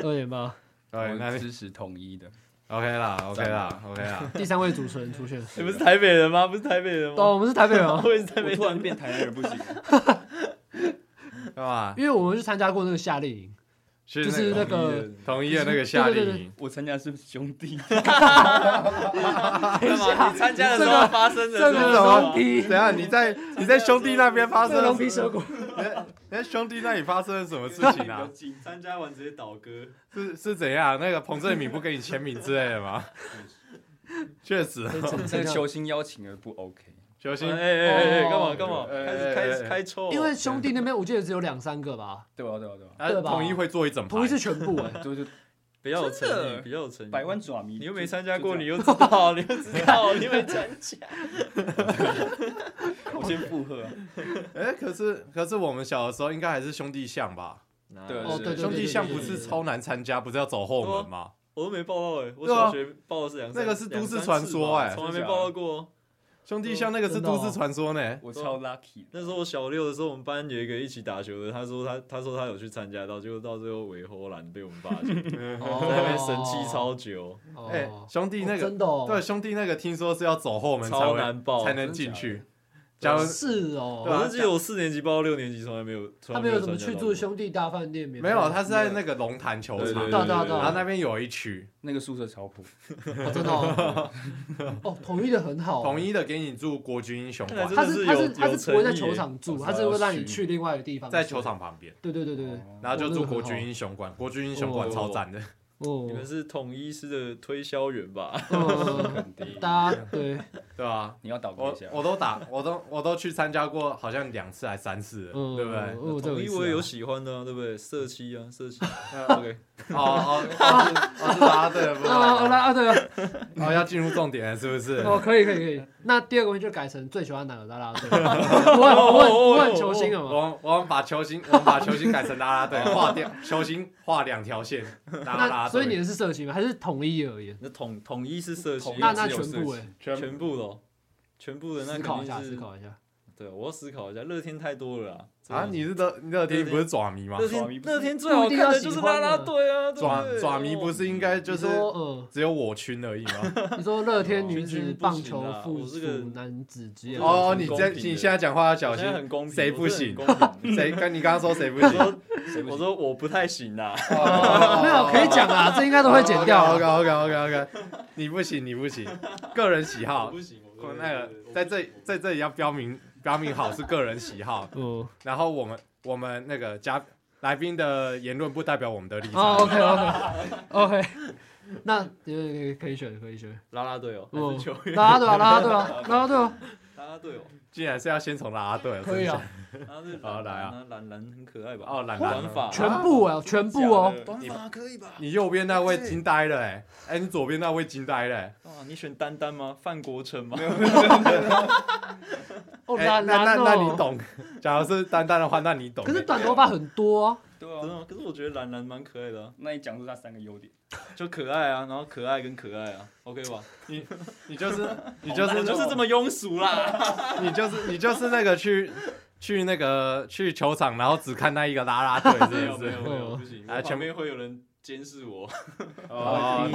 Speaker 1: 二连八。
Speaker 2: 对，哎那
Speaker 3: 我
Speaker 2: 你
Speaker 3: 支持统
Speaker 4: [LAUGHS]
Speaker 3: 一的，
Speaker 2: OK 啦，OK 啦，OK 啦。
Speaker 1: 第三位主持人出现了。
Speaker 4: 你不是台北人吗？不是台北人
Speaker 1: 哦，
Speaker 4: 吗？
Speaker 1: 我们是台北人啊，
Speaker 4: 我也是台北人
Speaker 3: 我突。然
Speaker 4: [LAUGHS]
Speaker 3: 变台南
Speaker 1: [LAUGHS]
Speaker 3: 人不行，
Speaker 2: 干嘛？
Speaker 1: 因为我们去参加过那个夏令营，
Speaker 2: 就
Speaker 1: 就是那个
Speaker 4: 个
Speaker 2: 同一的那个夏
Speaker 1: 对对
Speaker 2: 令
Speaker 1: 对
Speaker 2: 营，
Speaker 3: 我参加的是兄弟，
Speaker 1: [LAUGHS]
Speaker 4: 干嘛？你参加的时候发生的
Speaker 1: 这
Speaker 4: 是
Speaker 1: 个
Speaker 4: 什么
Speaker 1: 龙皮，
Speaker 2: 等一下你在你在兄弟那边发
Speaker 1: 这个
Speaker 2: 生了
Speaker 1: 龙 [LAUGHS] 皮蛇骨，
Speaker 2: 你在兄弟那里发生了什么事情啊？
Speaker 4: 参加完直接倒戈，
Speaker 2: 是是怎样？那个彭振敏不给你签名之类的吗？ [LAUGHS] 确实，
Speaker 3: 这个球星邀请而不 OK，
Speaker 2: 球
Speaker 4: 哎
Speaker 2: 星
Speaker 4: 哎哎哎，干嘛
Speaker 1: 哦
Speaker 4: 干嘛？
Speaker 2: 哎
Speaker 4: 开
Speaker 2: 哎
Speaker 4: 始开
Speaker 2: 哎
Speaker 4: 始开抽，
Speaker 1: 因为兄弟那边我记得只有两三个吧，
Speaker 3: 对啊吧对吧对吧？
Speaker 2: 他
Speaker 1: 对吧
Speaker 2: 统啊一会做一整排
Speaker 1: 不，是全部
Speaker 3: [LAUGHS]
Speaker 1: 哎。
Speaker 3: 对
Speaker 1: [LAUGHS]
Speaker 3: 对，
Speaker 4: 比较有
Speaker 3: 真的
Speaker 4: 诚意，比较有诚意。
Speaker 3: 百万爪迷，
Speaker 4: 你又没参加
Speaker 3: 就
Speaker 4: 过，
Speaker 3: 这
Speaker 4: 你
Speaker 3: 样
Speaker 4: 又知道，你又知道，你没参加。
Speaker 3: 我先附和啊，
Speaker 2: 哎，可是可是我们小的时候应该还是兄弟像吧？
Speaker 3: 对
Speaker 1: 哦，对对，对
Speaker 2: 兄弟像不
Speaker 1: 对
Speaker 2: 是
Speaker 1: 对
Speaker 2: 超难参加，不是要走后门吗？
Speaker 4: 我都没报到哎，我
Speaker 2: 对啊
Speaker 4: 小学报的是两三
Speaker 2: 那个是都市传说哎
Speaker 4: 两三次吧从来没报到过。
Speaker 2: 兄弟像那个是
Speaker 1: 真的哦
Speaker 2: 都市传说呢。
Speaker 3: 我超 lucky 的。
Speaker 4: 那时候我小六的时候，我们班有一个一起打球的，他说他他说他有去参加到，结果到最后尾后篮被我们发现，在那边神气超久，
Speaker 2: 哎、
Speaker 1: 哦
Speaker 2: 兄弟那
Speaker 1: 哦
Speaker 2: 个、
Speaker 1: 真的哦
Speaker 2: 对兄弟那个，听说是要走后门才
Speaker 4: 超
Speaker 2: 会
Speaker 4: 难报
Speaker 2: 才能
Speaker 3: 真的
Speaker 2: 进
Speaker 3: 假
Speaker 2: 去。假如
Speaker 1: 是哦，
Speaker 2: 对啊
Speaker 4: 我是记得我四年级报到六年级从来没有，从
Speaker 1: 他
Speaker 4: 来
Speaker 1: 没
Speaker 4: 有
Speaker 1: 有怎么去住兄弟大饭店，免
Speaker 2: 没
Speaker 1: 费
Speaker 2: 有，他是在那个龙潭球
Speaker 4: 对对
Speaker 2: 场，
Speaker 4: 对
Speaker 1: 对对对
Speaker 2: 然后那边有一区
Speaker 3: 那个宿舍超酷，
Speaker 1: 哦真的哦，哦，统一的很好，
Speaker 2: 统一的给你住国军英雄
Speaker 4: 看来
Speaker 2: 馆，
Speaker 4: 真
Speaker 1: 他
Speaker 4: 的
Speaker 1: 是
Speaker 4: 是
Speaker 1: 他
Speaker 4: 有
Speaker 1: 是他
Speaker 4: 有
Speaker 1: 是
Speaker 4: 诚
Speaker 1: 不会在
Speaker 4: 意
Speaker 1: 球
Speaker 4: 耶
Speaker 1: 场住，
Speaker 3: 哦
Speaker 1: 他
Speaker 3: 是
Speaker 1: 是会
Speaker 3: 要
Speaker 1: 让你
Speaker 3: 训
Speaker 1: 去另外一个地方，
Speaker 2: 在球。场旁边，
Speaker 1: 对对对对对，
Speaker 2: 然后就
Speaker 1: 哦那
Speaker 2: 住
Speaker 1: 个
Speaker 2: 国
Speaker 1: 很好
Speaker 2: 军英雄馆，国军英雄馆
Speaker 1: 哦
Speaker 2: 超赞的。
Speaker 4: 你
Speaker 1: 哦
Speaker 4: 们，是统一师的推销员吧？
Speaker 1: 嗯，
Speaker 3: 肯定。
Speaker 1: 大家对，
Speaker 2: 对啊，
Speaker 3: 你要祷告
Speaker 2: 我
Speaker 3: 一下。
Speaker 2: 我都打，我都我都去参加过，好像两次还三次了，
Speaker 1: 嗯，
Speaker 2: 对不对？
Speaker 1: 哦
Speaker 4: [LAUGHS] 统一我也有，喜欢的、啊，对不对？社七啊，社七。OK，
Speaker 2: 哦哦，
Speaker 1: [LAUGHS]
Speaker 2: 哦是哦是答对了，不
Speaker 1: 我有一次啊啊
Speaker 2: 是
Speaker 1: 啊啊对啊，
Speaker 2: 哦，要进入重点了，是不是？
Speaker 1: 哦，可以可以可以。那第二个问题就改成最喜欢哪个啦啦队？我很我很我很球星了啊嘛。
Speaker 2: 我们我们把球星，我们把球星改成啦啦队，画
Speaker 1: [LAUGHS]
Speaker 2: 掉球星画两条线，啦啦
Speaker 1: 那
Speaker 2: 啦队。
Speaker 1: 所以你的是社区吗？还是统一而言？
Speaker 4: 那统统一是社七，
Speaker 1: 那
Speaker 4: 我
Speaker 1: 那
Speaker 4: 是
Speaker 1: 全
Speaker 4: 有
Speaker 1: 部
Speaker 4: 社
Speaker 1: 哎，
Speaker 3: 欸
Speaker 4: 七全部咯，全部的那
Speaker 1: 思
Speaker 4: 肯
Speaker 1: 考一
Speaker 4: 定
Speaker 1: 下，思
Speaker 4: 是。
Speaker 1: 考一下。
Speaker 4: 对，我要思考一下，乐天太多了啦。真的
Speaker 2: 啊，你是乐你乐天不是爪迷吗？
Speaker 4: 乐
Speaker 3: 爪迷
Speaker 4: 天
Speaker 3: 不是
Speaker 4: 乐天最好看的就是啦啦队啊，对
Speaker 2: 啊爪
Speaker 4: 不对
Speaker 2: 爪迷不是应该就
Speaker 1: 你
Speaker 2: 是
Speaker 1: 说呃，
Speaker 2: 只有我群而已吗？
Speaker 1: 你说乐天女
Speaker 4: 群
Speaker 1: 子
Speaker 4: 群不
Speaker 1: 棒
Speaker 4: 行
Speaker 1: 球
Speaker 4: 啦
Speaker 1: 复
Speaker 4: 我
Speaker 1: 属
Speaker 4: 是个
Speaker 1: 男子职业
Speaker 4: 我是个
Speaker 1: 棒
Speaker 2: 哦，
Speaker 1: 球
Speaker 2: 你
Speaker 4: 公
Speaker 2: 这
Speaker 4: 平的
Speaker 2: 你现在讲话要
Speaker 4: 我
Speaker 2: 小
Speaker 4: 现
Speaker 2: 心
Speaker 4: 在，很公平，
Speaker 2: 谁
Speaker 4: 我
Speaker 2: 不
Speaker 4: 是很
Speaker 2: 行
Speaker 4: 公平
Speaker 2: 谁跟你刚刚说谁不
Speaker 4: 我
Speaker 2: [LAUGHS] 行？
Speaker 4: 说
Speaker 3: 谁不
Speaker 4: 我
Speaker 3: 行
Speaker 4: 说我不太行啊啦，
Speaker 1: 没有可以讲啦，这应该都会剪掉
Speaker 2: ，OK
Speaker 1: 啦。
Speaker 2: OK OK OK，你不行你不行，个人喜
Speaker 4: 我
Speaker 2: 好
Speaker 4: 不，行，我
Speaker 2: 我那个在这里在这里要标明标明好是个人喜好，
Speaker 1: 哦
Speaker 2: 然后我们我们那个嘉来宾的言论不代表我们的立场。
Speaker 1: 哦，OK OK OK，那呃可以选可以选，
Speaker 4: 啦啦队哦，还
Speaker 1: 哦
Speaker 4: 是球员
Speaker 1: 啦啦队啊啦啦队啊啦啦队啊，
Speaker 4: 啦啦队哦，
Speaker 2: 竟然是要先从啦啦队，
Speaker 1: 可以啊，
Speaker 4: 啦啦队
Speaker 2: 好来啊
Speaker 4: 蓝蓝蓝很可爱吧？
Speaker 2: 哦蓝蓝
Speaker 4: 短发
Speaker 1: 全部啊全部哦，
Speaker 4: 短发可以吧？
Speaker 2: 你右边那位惊呆了哎、哎、你左边那位惊呆了、欸，
Speaker 4: 啊，你选丹丹吗？范国成吗？ [LAUGHS]
Speaker 1: 哦
Speaker 2: 哎、
Speaker 1: 啦
Speaker 2: 那那
Speaker 1: 啦
Speaker 2: 那你懂？假如是丹丹的话，那你懂？
Speaker 1: 可是短头发很多啊，
Speaker 3: 对
Speaker 4: 真的
Speaker 3: 啊，
Speaker 4: 哦吗？可是我觉得蓝蓝蛮可爱的啊，
Speaker 3: 那你讲出他三个优 [LAUGHS] 点，
Speaker 4: 就可爱啊，然后可爱跟可爱啊，OK 吧？
Speaker 2: 你就是你就是
Speaker 4: 我哦就是这么庸俗啦。
Speaker 2: 你就是你就是那个去去那个去球场，然后只看那一个啦啦队，
Speaker 4: [LAUGHS] 没
Speaker 2: 是
Speaker 4: 有
Speaker 2: 不
Speaker 4: 没有
Speaker 2: 是？
Speaker 4: 没
Speaker 1: 哦
Speaker 4: 有，不行，
Speaker 2: 啊
Speaker 4: 我
Speaker 2: 全
Speaker 4: 旁边会有人监视我。
Speaker 2: 哦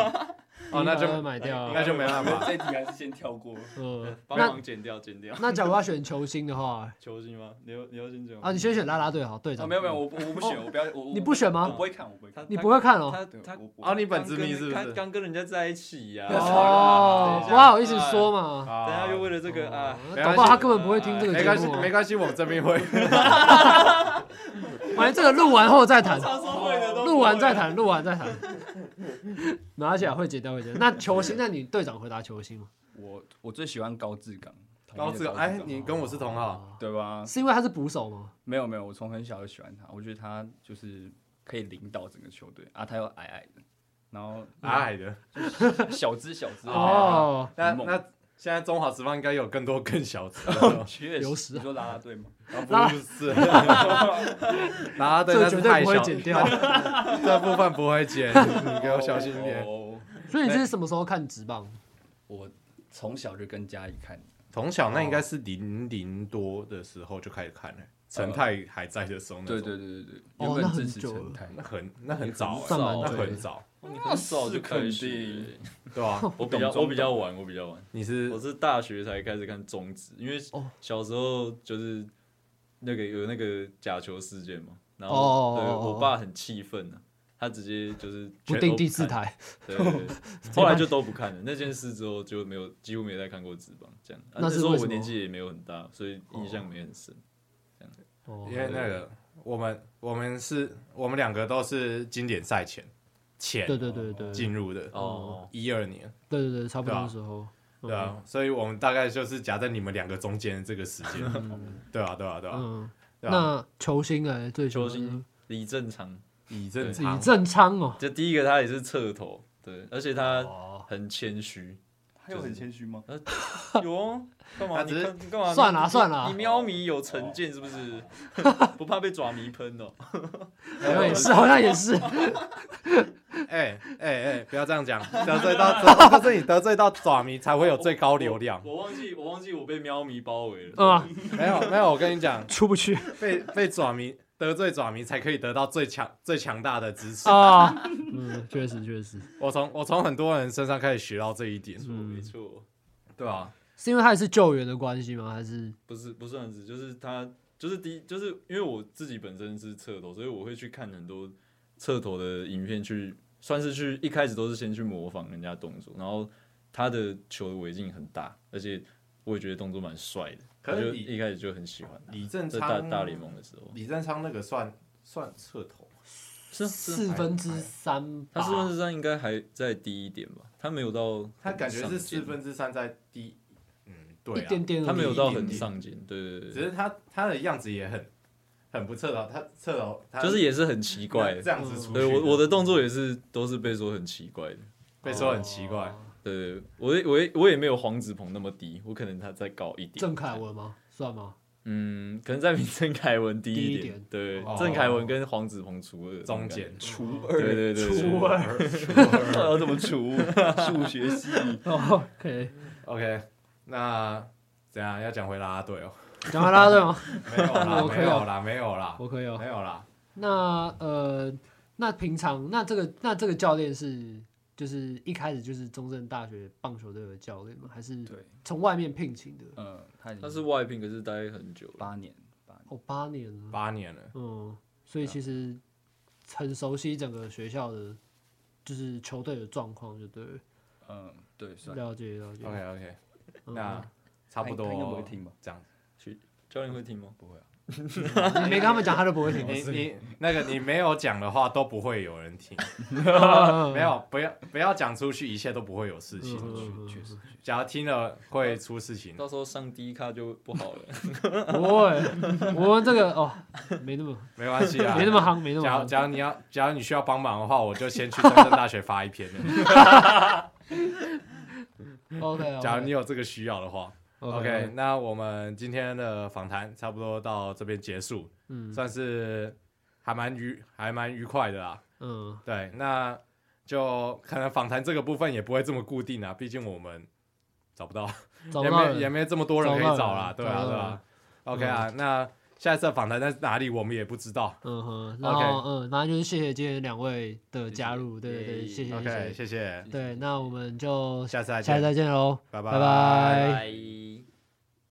Speaker 2: 哦，那
Speaker 1: 第一排会
Speaker 2: 就
Speaker 1: 买掉啊，
Speaker 2: 那就没办
Speaker 3: [LAUGHS]
Speaker 2: 法。
Speaker 3: 这题还是先跳过。
Speaker 1: 嗯，
Speaker 4: 帮
Speaker 1: 那
Speaker 4: 忙剪掉，剪掉。
Speaker 1: 那假如要选球星的话，
Speaker 4: 球星吗？你要你要先讲
Speaker 1: 啊，你先选啦啦队好，队
Speaker 3: 啊，
Speaker 1: 长。
Speaker 3: 没有没有，，我不我不选，我不要，我
Speaker 1: 你不选
Speaker 3: 我
Speaker 1: 吗
Speaker 3: 不？会看，我不会看。
Speaker 4: 他
Speaker 1: 你不会看哦？
Speaker 4: 他
Speaker 3: 对
Speaker 4: 他
Speaker 3: 我不
Speaker 2: 啊，
Speaker 3: 会
Speaker 2: 你本
Speaker 4: 刚
Speaker 2: 殖
Speaker 4: 跟
Speaker 2: 迷是不
Speaker 4: 他
Speaker 2: 是？
Speaker 4: 刚跟人家在一起呀。
Speaker 1: 哦，不
Speaker 4: 等一下
Speaker 1: 好意思说嘛，
Speaker 4: [LAUGHS] 等一下又
Speaker 2: 啊
Speaker 4: 为了这个啊，
Speaker 1: 哦搞不好他根本不会听这个
Speaker 2: 没
Speaker 1: 节
Speaker 2: 关系
Speaker 1: 目啊。
Speaker 2: 没关系，我们这边会。
Speaker 1: 反正这个录完后再谈，
Speaker 4: 他说会的都
Speaker 1: 录完再谈，录完再谈。拿起来会剪掉，会剪掉。那球星，那你队长回答球星嘛？
Speaker 3: 我我最喜欢高志刚，
Speaker 2: 高志刚，哎，你跟我是同号，
Speaker 1: 哦
Speaker 3: 对吧？
Speaker 1: 是因为他是捕手吗？
Speaker 3: 没有没有，我从很小就喜欢他，我觉得他就是可以领导整个球队啊，他又矮矮的，然后
Speaker 2: 矮的。
Speaker 3: 小只小只的。哎
Speaker 1: 哦，
Speaker 2: 那
Speaker 3: 很猛哦
Speaker 2: 那现在中华职棒应该有更多更小只的，
Speaker 3: 确
Speaker 1: 有史
Speaker 3: 实，你说啦啦队吗？
Speaker 2: 啊不是？ [LAUGHS] 然后
Speaker 1: 这
Speaker 2: 对，那
Speaker 1: 个
Speaker 2: 是
Speaker 1: 绝
Speaker 2: 太
Speaker 1: 对不会
Speaker 2: 小，
Speaker 1: 剪掉。
Speaker 2: [LAUGHS] 这部分不会剪，你给我小心一点。
Speaker 3: 哦
Speaker 1: 所以你是什么时候看直棒？
Speaker 3: 我从小就跟家里看，
Speaker 2: 从小那应该是零零多的时候就开始看了，陈泰还在的时候那种
Speaker 3: 对对对对对，
Speaker 1: 哦
Speaker 3: 原
Speaker 1: 那
Speaker 3: 本
Speaker 1: 很
Speaker 3: 支持
Speaker 1: 久
Speaker 3: 陈
Speaker 1: 了
Speaker 3: 泰，
Speaker 2: 那很那很早欸，
Speaker 1: 算蛮
Speaker 2: 那
Speaker 1: 久
Speaker 2: 很
Speaker 1: 的
Speaker 2: 早，
Speaker 4: 哦你很早就开始欸。
Speaker 2: 对吧？
Speaker 4: 我比较我比较晚，我比较晚。
Speaker 2: 你是
Speaker 4: 我是大学才开始看中职，因为
Speaker 1: 哦
Speaker 4: 小时候就是那个有那个假球事件嘛，然后、
Speaker 1: 哦哦哦哦
Speaker 4: 对我爸很气愤啊，他直接就是
Speaker 1: 不
Speaker 4: 全
Speaker 1: 定
Speaker 4: 都
Speaker 1: 第四
Speaker 4: 看，
Speaker 1: 台，
Speaker 4: 对对对后来就都不看了。那件事之后就没有几乎没有再看过职棒这样，啊
Speaker 1: 那是
Speaker 4: 时候
Speaker 1: 为什
Speaker 4: 我
Speaker 1: 么
Speaker 4: 年纪也没有很大，所以印象没很深。
Speaker 1: 哦
Speaker 2: 因为那个我们我们是我们两个都是经典赛前前
Speaker 1: 对对对对，对
Speaker 2: 进入的
Speaker 4: 哦
Speaker 2: 一二年，
Speaker 1: 对对，差不多
Speaker 2: 对啊
Speaker 1: 的时候。
Speaker 2: 对啊，所以我们大概就是夹在你们两个中间的这个时间，对啊对啊对啊，
Speaker 1: 嗯，
Speaker 2: 对啊，
Speaker 1: 那球星哎，最
Speaker 4: 球
Speaker 1: 喜欢
Speaker 4: 星李正昌，
Speaker 2: 以正
Speaker 1: 李
Speaker 2: 常，
Speaker 1: 正昌哦，
Speaker 4: 就第一个他也是侧头，对，而且他
Speaker 1: 哦
Speaker 4: 很谦虚。
Speaker 3: 他有很谦虚吗？
Speaker 4: 有啊，干嘛？
Speaker 2: 他
Speaker 4: 你
Speaker 2: 只是
Speaker 4: 看干嘛？
Speaker 1: 算
Speaker 4: 你
Speaker 1: 啦
Speaker 4: 你
Speaker 1: 算啦
Speaker 4: 你喵迷有成见是不是？不怕被爪迷喷哦。
Speaker 1: 好像也是，好像也是。
Speaker 2: 哎哎哎，不要这样讲，得罪到这就是你得罪到爪迷才会有最高流量。
Speaker 4: 我忘记，我忘记我被喵迷包围了。
Speaker 1: 啊，
Speaker 2: [LAUGHS] 没有没有，我跟你讲，
Speaker 1: 出不去
Speaker 2: 被被爪迷得罪爪迷才可以得到最强最强大的支持。
Speaker 1: 啊，嗯，确实确实，
Speaker 2: 我从我从很多人身上开始学到这一点。
Speaker 1: 嗯
Speaker 4: 没错，
Speaker 2: 对啊，
Speaker 1: 是因为他也是救援的关系吗？还是
Speaker 4: 不是不算是，就是他就是第一，就是因为我自己本身是侧头，所以我会去看很多侧头的影片去，算是去一开始都是先去模仿人家动作，然后他的球的尾径很大，而且我也觉得动作蛮帅的，
Speaker 2: 可
Speaker 4: 我
Speaker 2: 是
Speaker 4: 就
Speaker 2: 你
Speaker 4: 一开始就很喜欢他。
Speaker 2: 李正
Speaker 4: 在大
Speaker 2: 昌
Speaker 4: 大联盟的时候，
Speaker 2: 李正昌那个算算侧头，
Speaker 4: 是啊是
Speaker 1: 四
Speaker 4: 啊，
Speaker 1: 分之三吧？
Speaker 4: 他四分之三应该还再低一点吧，他没有到
Speaker 2: 他感觉是
Speaker 4: 很上
Speaker 2: 四
Speaker 4: 肩，
Speaker 2: 分之三在低，嗯，对
Speaker 1: 一
Speaker 2: 啊，
Speaker 1: 点点而已，
Speaker 4: 他没有到很
Speaker 2: 低
Speaker 4: 上肩，对对对
Speaker 2: 只
Speaker 4: 对，
Speaker 2: 是他他的样子也很很不侧头，他侧头他
Speaker 4: 就是也是很奇怪的嗯
Speaker 2: 这。样子出去。
Speaker 4: 对我我的动作也是都是被说很奇怪的。
Speaker 2: 被说很奇怪，
Speaker 1: 哦
Speaker 4: 对，我也我也我也没有黄子鹏那么低，我可能他再高一点。
Speaker 1: 郑凯，文吗？算吗？
Speaker 4: 嗯，可能再比郑凯文低
Speaker 1: 低一
Speaker 4: 一
Speaker 1: 点
Speaker 4: 点。对
Speaker 2: 哦，
Speaker 4: 郑凯文跟黄子鹏除二，
Speaker 2: 中间。
Speaker 1: 除
Speaker 4: 对。对对对，
Speaker 2: [LAUGHS]
Speaker 4: 对
Speaker 1: 除二，
Speaker 4: 要怎么
Speaker 3: [LAUGHS]
Speaker 4: 除？数学系。
Speaker 1: 哦 OK，
Speaker 2: OK，那怎样要讲回啦啦队哦？
Speaker 1: 讲完啦，对吗？
Speaker 2: 没有啦，
Speaker 1: 我可
Speaker 2: 没
Speaker 1: 以哦
Speaker 2: 有啦，没有啦，
Speaker 1: [LAUGHS] 我可以哦
Speaker 2: 没。有啦。
Speaker 1: 那呃，那平常那这个那这个教练是就是一开始就是中正大学棒球队的教练吗？还是
Speaker 3: 对，
Speaker 1: 从外面聘请的？
Speaker 3: 嗯，他已经
Speaker 4: 他是外聘，可是待很久了。
Speaker 3: 八年，八年，
Speaker 1: 哦，八年了，
Speaker 2: 八年了，
Speaker 1: 嗯，所
Speaker 2: 啊
Speaker 1: 以其实很熟悉整个学校的，就是球队的状况，就对了，
Speaker 3: 嗯，对，算
Speaker 1: 了解了解。
Speaker 2: 啊 OK OK，
Speaker 1: 嗯
Speaker 2: 那差不多
Speaker 3: 他应该不会听吧？
Speaker 2: 这样子。
Speaker 4: 教练会听吗？
Speaker 3: 不会啊，
Speaker 1: 你没跟他们讲，他就不会听。
Speaker 2: 你你 [LAUGHS] 那个你没有讲的话都不会有人听，
Speaker 1: 哦
Speaker 2: 没有不要不要讲出去，一切都不会有事情。
Speaker 1: 嗯
Speaker 3: 确确实，确实
Speaker 2: 假如听了会出事情，
Speaker 4: 到时候上低咖就不好了。
Speaker 1: 不会，我们这个哦，没那么
Speaker 2: 没关系
Speaker 1: [LAUGHS]
Speaker 2: 啊，
Speaker 1: 没那么夯，没那么
Speaker 2: [LAUGHS] 假如
Speaker 1: 夯。
Speaker 2: 假如你要，假如你需要帮忙的话，我就先去中正大学发一篇了。
Speaker 1: OK，
Speaker 2: 假如你有这个需要的话
Speaker 1: OK，
Speaker 2: ，OK，那我们今天的访谈差不多到这边结束，
Speaker 1: 嗯
Speaker 2: 算是还蛮愉还蛮愉快的啊啦。
Speaker 1: 嗯，
Speaker 2: 对，那就可能访谈这个部分也不会这么固定啊，毕竟我们找不到，
Speaker 1: 找不
Speaker 2: 也
Speaker 1: 到
Speaker 2: 没
Speaker 1: 人
Speaker 2: 也没这么多人可以找啦，
Speaker 1: 找
Speaker 2: 对
Speaker 1: 不到人嗯
Speaker 2: 啊
Speaker 1: 找不
Speaker 2: 对
Speaker 1: 到
Speaker 2: 啊。OK 啊，那下一次的访谈在哪里我们也不知道。
Speaker 1: 嗯哼，然后
Speaker 2: OK
Speaker 1: 嗯，然后就是谢谢今天两位的加入，对对对，
Speaker 3: 耶
Speaker 1: 谢谢
Speaker 2: OK，
Speaker 1: 谢谢，
Speaker 2: 谢谢，
Speaker 1: 对，那我们就
Speaker 2: 下次再
Speaker 1: 下次
Speaker 2: 见，
Speaker 1: 再见喽，
Speaker 2: 拜
Speaker 1: 拜拜
Speaker 3: 拜。